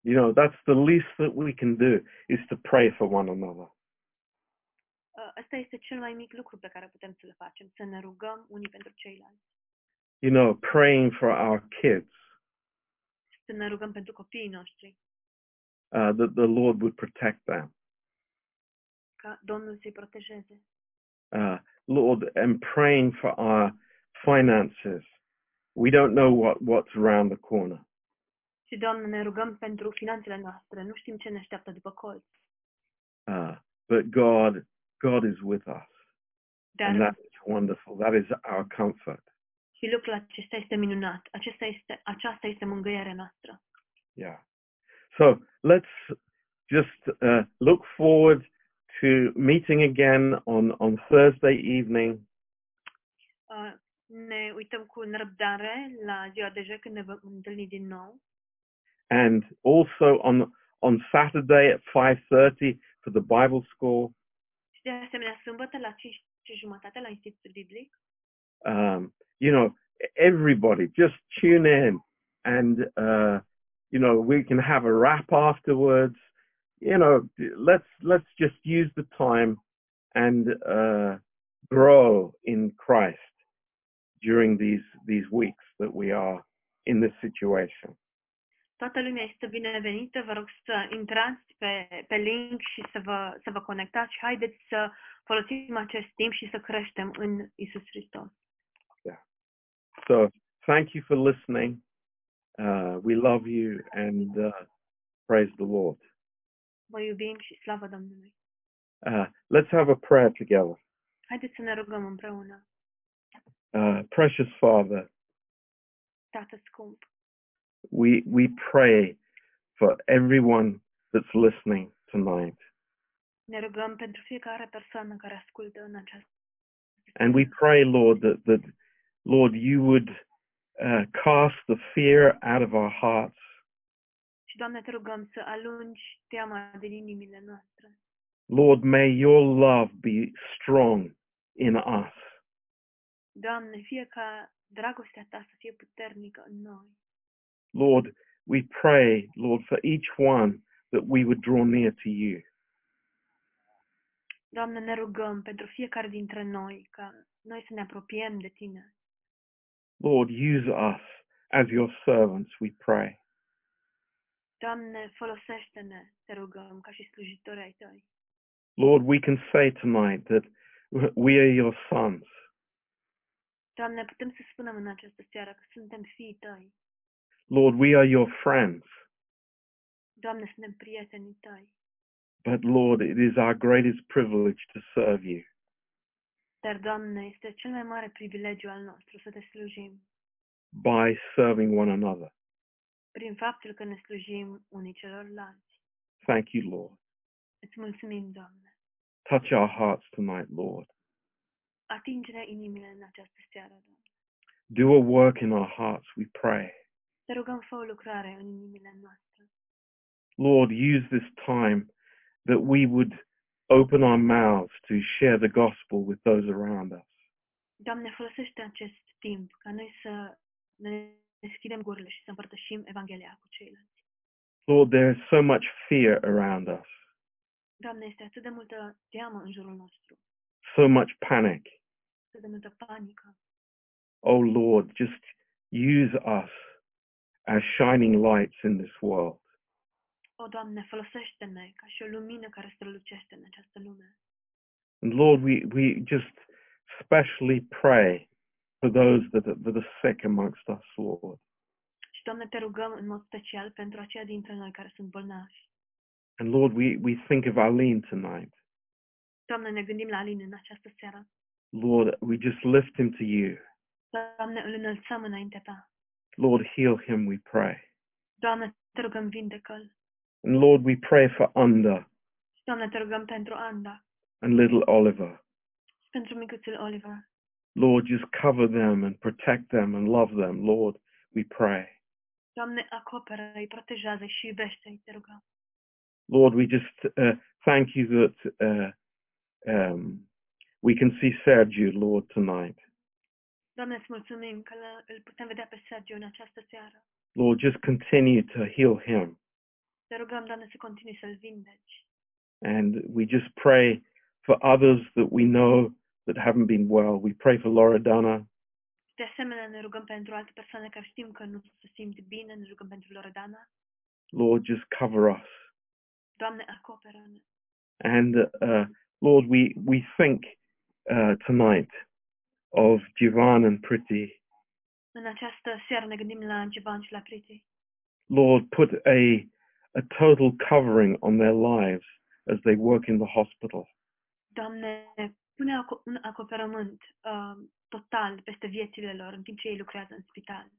Speaker 1: You know, that's the least that we can do is to pray for one another.
Speaker 3: Uh, Ăsta este cel mai mic lucru pe care putem să le facem, să ne rugăm unii pentru ceilalți,
Speaker 1: You know, praying for our kids,
Speaker 3: să ne rugăm pentru copiii noștri,
Speaker 1: uh, that the Lord would protect them.
Speaker 3: ca Domnul să-i protejeze.
Speaker 1: Uh, Lord, and praying for our finances. We don't know what, what's around the corner.
Speaker 3: Și, Doamne, ne rugăm pentru finanțele noastre, nu știm ce ne așteaptă după colț,
Speaker 1: Uh, but God, God is with us. And
Speaker 3: dar
Speaker 1: that is wonderful. That is our comfort.
Speaker 3: și lucrul acesta este minunat, acesta este, aceasta este mângâierea noastră.
Speaker 1: Yeah. So let's just uh, look forward to meeting again on, on Thursday evening
Speaker 3: Uh, ne uităm cu nerăbdare la ziua de joi când ne vom întâlni din nou
Speaker 1: and also on, on Saturday at 5.30 for the Bible School.
Speaker 3: și de asemenea sâmbătă la 5 și jumătate la Institutul Biblic.
Speaker 1: Um, you know, everybody just tune in and, uh, you know, we can have a wrap afterwards. You know, let's, let's just use the time and uh, grow in Christ during these, these weeks that we are in this situation.
Speaker 3: Toată lumea este binevenită, vă rog să intrați pe, pe link și să vă, să vă conectați și haideți să folosim acest timp și să creștem în Isus Hristos.
Speaker 1: So thank you for listening. Uh, we love you and uh, praise the Lord.
Speaker 3: Vă iubim și slavă Domnului!
Speaker 1: Uh, let's have a prayer together.
Speaker 3: Haideți să ne rugăm împreună,
Speaker 1: Uh, precious Father,
Speaker 3: Tată scump!
Speaker 1: we, we pray for everyone that's listening tonight.
Speaker 3: Ne rugăm pentru fiecare persoană care ascultă în această
Speaker 1: And we pray, Lord, that, that Lord, you would uh, cast the fear out of our hearts
Speaker 3: Și, Doamne, te rugăm să alungi teama din inimile noastre.
Speaker 1: Lord, may your love be strong in us.
Speaker 3: Doamne, fie ca dragostea ta să fie puternică în noi.
Speaker 1: Lord, we pray, Lord, for each one that we would draw near to you.
Speaker 3: Doamne, ne rugăm pentru fiecare dintre noi ca noi să ne apropiem de tine.
Speaker 1: Lord, use us as your servants, we pray.
Speaker 3: Doamne, folosește-ne, te rugăm, ca și slujitori ai tăi.
Speaker 1: Lord, we can say tonight that we are your sons.
Speaker 3: Doamne, putem să spunem în această seară că suntem fiii tăi.
Speaker 1: Lord, we are your friends.
Speaker 3: Doamne, suntem prietenii tăi.
Speaker 1: But Lord, it is our greatest privilege to serve you.
Speaker 3: Dar, Doamne, este cel mai mare privilegiu al nostru să te slujim
Speaker 1: by serving one another.
Speaker 3: prin faptul că ne slujim unii celorlalți.
Speaker 1: Thank you, Lord.
Speaker 3: Îți mulțumim, Doamne.
Speaker 1: Touch our hearts tonight, Lord.
Speaker 3: atingerea inimile în această seară, Doamne.
Speaker 1: Do a work in our hearts, we pray.
Speaker 3: Te rugăm, fă o lucrare în inimile noastre.
Speaker 1: Lord, use this time that we would open our mouths to share the gospel with those around us.
Speaker 3: Doamne, folosește acest timp ca noi să ne deschidem gurile și să împărtășim Evanghelia cu ceilalți.
Speaker 1: Lord, there is so much fear around us,
Speaker 3: Doamne, este atât de multă teamă în jurul nostru,
Speaker 1: so much panic.
Speaker 3: atât de multă panică.
Speaker 1: Oh, Lord, just use us as shining lights in this world.
Speaker 3: O, Doamne, folosește-ne ca și o lumină care strălucește în această lume.
Speaker 1: And Lord, we, we just specially pray for those that are, that are sick amongst us, Lord.
Speaker 3: Și, Doamne, te rugăm în mod special pentru aceia dintre noi care sunt bolnavi.
Speaker 1: And Lord, we, we think of Arlene tonight.
Speaker 3: Doamne, ne gândim la Alin în această seară.
Speaker 1: Lord, we just lift him to you.
Speaker 3: Doamne, îl înălțăm înaintea Ta.
Speaker 1: Lord, heal him, we pray.
Speaker 3: Doamne, te rugăm, vindecă-l.
Speaker 1: And Lord, we pray for Unda
Speaker 3: Doamne, te rugăm pentru Anda
Speaker 1: and little Oliver.
Speaker 3: și pentru micuțul Oliver.
Speaker 1: Lord, just cover them and protect them and love them. Lord, we pray.
Speaker 3: Doamne, acoperă-i, protejează și iubește-i, te rugăm.
Speaker 1: Lord, we just uh, thank you that uh, um, we can see Sergio, Lord, tonight.
Speaker 3: Doamne, îți mulțumim că l- îl putem vedea pe Sergiu în această seară.
Speaker 1: Lord, just continue to heal him.
Speaker 3: Te rugăm, Doamne, să continui să-l vindeci.
Speaker 1: And we just pray for others that we know that haven't been well. We pray for Loredana.
Speaker 3: De asemenea, ne rugăm pentru alte persoane care știm că nu se simt bine, ne rugăm pentru Loredana.
Speaker 1: Lord, just cover us.
Speaker 3: Doamne, acoperă-ne.
Speaker 1: And uh, Lord, we, we think uh, tonight of Jivan and Priti.
Speaker 3: În această seară ne gândim la Givan și la Priti.
Speaker 1: Lord, put a, a total covering on their lives as they work in the hospital.
Speaker 3: Doamne, pune aco- un acoperământ uh, total peste viețile lor în timp ce ei lucrează în spital.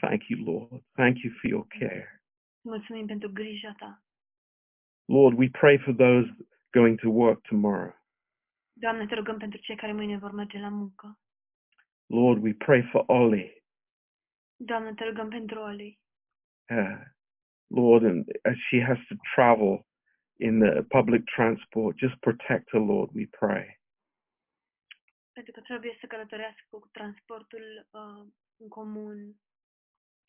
Speaker 1: Thank you, Lord. Thank you for your care.
Speaker 3: Mulțumim pentru grija ta.
Speaker 1: Lord, we pray for those going to work tomorrow.
Speaker 3: Doamne, te rugăm pentru cei care mâine vor merge la muncă.
Speaker 1: Lord, we pray for Ollie.
Speaker 3: Doamne, te rugăm pentru Oli.
Speaker 1: Uh, Lord, and as she has to travel in the public transport, just protect her, Lord, we pray.
Speaker 3: Pentru că trebuie să călătorească cu transportul uh, în comun.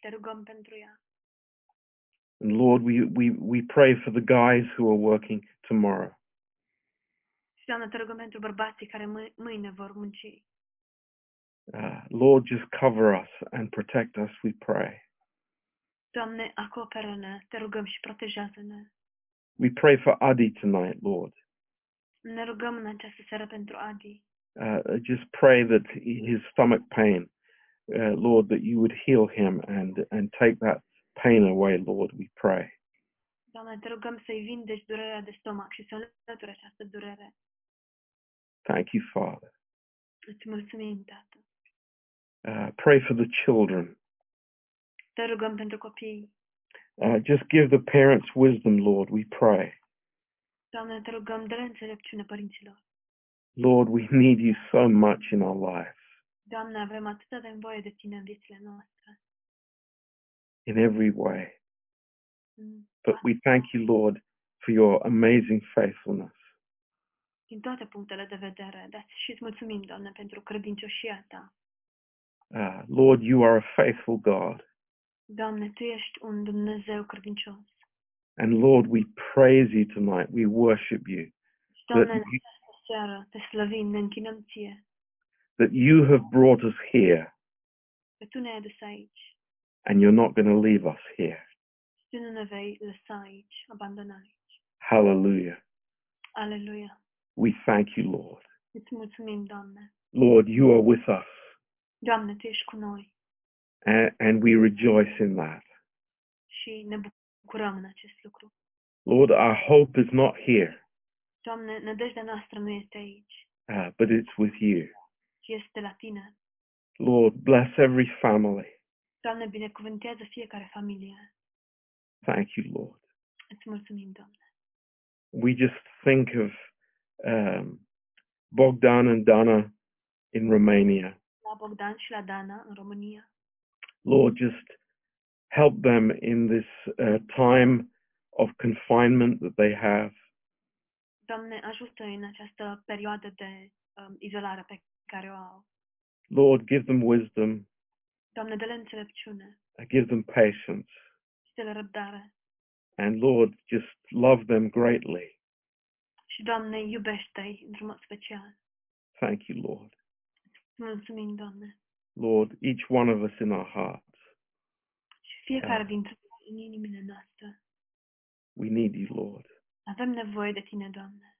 Speaker 3: Te rugăm pentru ea.
Speaker 1: And Lord, we, we, we pray for the guys who are working tomorrow.
Speaker 3: Și, Doamne, te rugăm pentru bărbații care mâ- mâine vor munci.
Speaker 1: Uh, Lord, just cover us and protect us, we pray.
Speaker 3: Doamne, acoperă-ne, te rugăm și protejează-ne.
Speaker 1: We pray for Adi tonight, Lord.
Speaker 3: Ne rugăm în această seară pentru Adi.
Speaker 1: Uh, just pray that his stomach pain, uh, Lord, that you would heal him and, and take that pain away, Lord, we pray.
Speaker 3: Doamne, te rugăm să-i vindeci durerea de stomac și să înlături această durere.
Speaker 1: Thank you, Father.
Speaker 3: Îți mulțumim, Tată.
Speaker 1: Uh, pray for the children.
Speaker 3: Te rugăm pentru copii.
Speaker 1: Uh, just give the parents wisdom, Lord, we pray.
Speaker 3: Doamne, te rugăm, dă înțelepciune părinților.
Speaker 1: Lord, we (laughs) need you so much in our lives,
Speaker 3: Doamne, avem atâta de nevoie de Tine în viețile noastre.
Speaker 1: in every way.
Speaker 3: Mm.
Speaker 1: But we thank you, Lord, for your amazing faithfulness.
Speaker 3: Din toate punctele de vedere. Dar și îți mulțumim, Doamne, pentru credincioșia Ta.
Speaker 1: Uh, Lord, you are a faithful God.
Speaker 3: Doamne, Tu ești un Dumnezeu credincios.
Speaker 1: And Lord, we praise you tonight. We worship you.
Speaker 3: Și, Doamne,
Speaker 1: Da.
Speaker 3: în această seară te slăvim, ne închinăm Ție,
Speaker 1: That you have brought us here
Speaker 3: că Tu ne-ai adus aici.
Speaker 1: and you're not going to leave us here.
Speaker 3: Și Tu nu ne vei lăsa aici, abandona aici.
Speaker 1: Hallelujah.
Speaker 3: Aleluia!
Speaker 1: We thank you, Lord.
Speaker 3: Îți mulțumim, Doamne.
Speaker 1: Lord, you are with us
Speaker 3: Doamne, Tu ești cu noi
Speaker 1: and, and we rejoice in that.
Speaker 3: și ne bucurăm în acest lucru.
Speaker 1: Lord, our hope is not here,
Speaker 3: Doamne, nădejdea noastră nu este aici,
Speaker 1: uh, but it's with you.
Speaker 3: ci este la Tine.
Speaker 1: Lord, bless every family.
Speaker 3: Doamne, binecuvântează fiecare familie.
Speaker 1: Thank you, Lord.
Speaker 3: Îți mulțumim, Doamne.
Speaker 1: We just think of um, Bogdan and Dana in Romania.
Speaker 3: La Bogdan și la Dana, în România.
Speaker 1: Lord, just help them in this uh, time of confinement that they have.
Speaker 3: Doamne, ajută-i în această perioadă de um, izolare pe care o au.
Speaker 1: Lord, give them wisdom,
Speaker 3: Doamne, dă-le înțelepciune
Speaker 1: uh, give them patience,
Speaker 3: și dă-le răbdare.
Speaker 1: and Lord, just love them greatly.
Speaker 3: Și, Doamne, iubește-i într-un mod special.
Speaker 1: Thank you, Lord.
Speaker 3: Îți mulțumim, Doamne.
Speaker 1: Lord, each one of us in our hearts,
Speaker 3: Și fiecare
Speaker 1: Amin.
Speaker 3: dintre noi în inimile noastre.
Speaker 1: we need you, Lord.
Speaker 3: Avem nevoie de Tine, Doamne.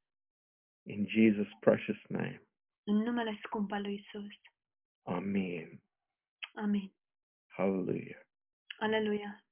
Speaker 1: In Jesus' precious name.
Speaker 3: În numele scump al lui Isus.
Speaker 1: Amen.
Speaker 3: Amin.
Speaker 1: Hallelujah.
Speaker 3: Aleluia.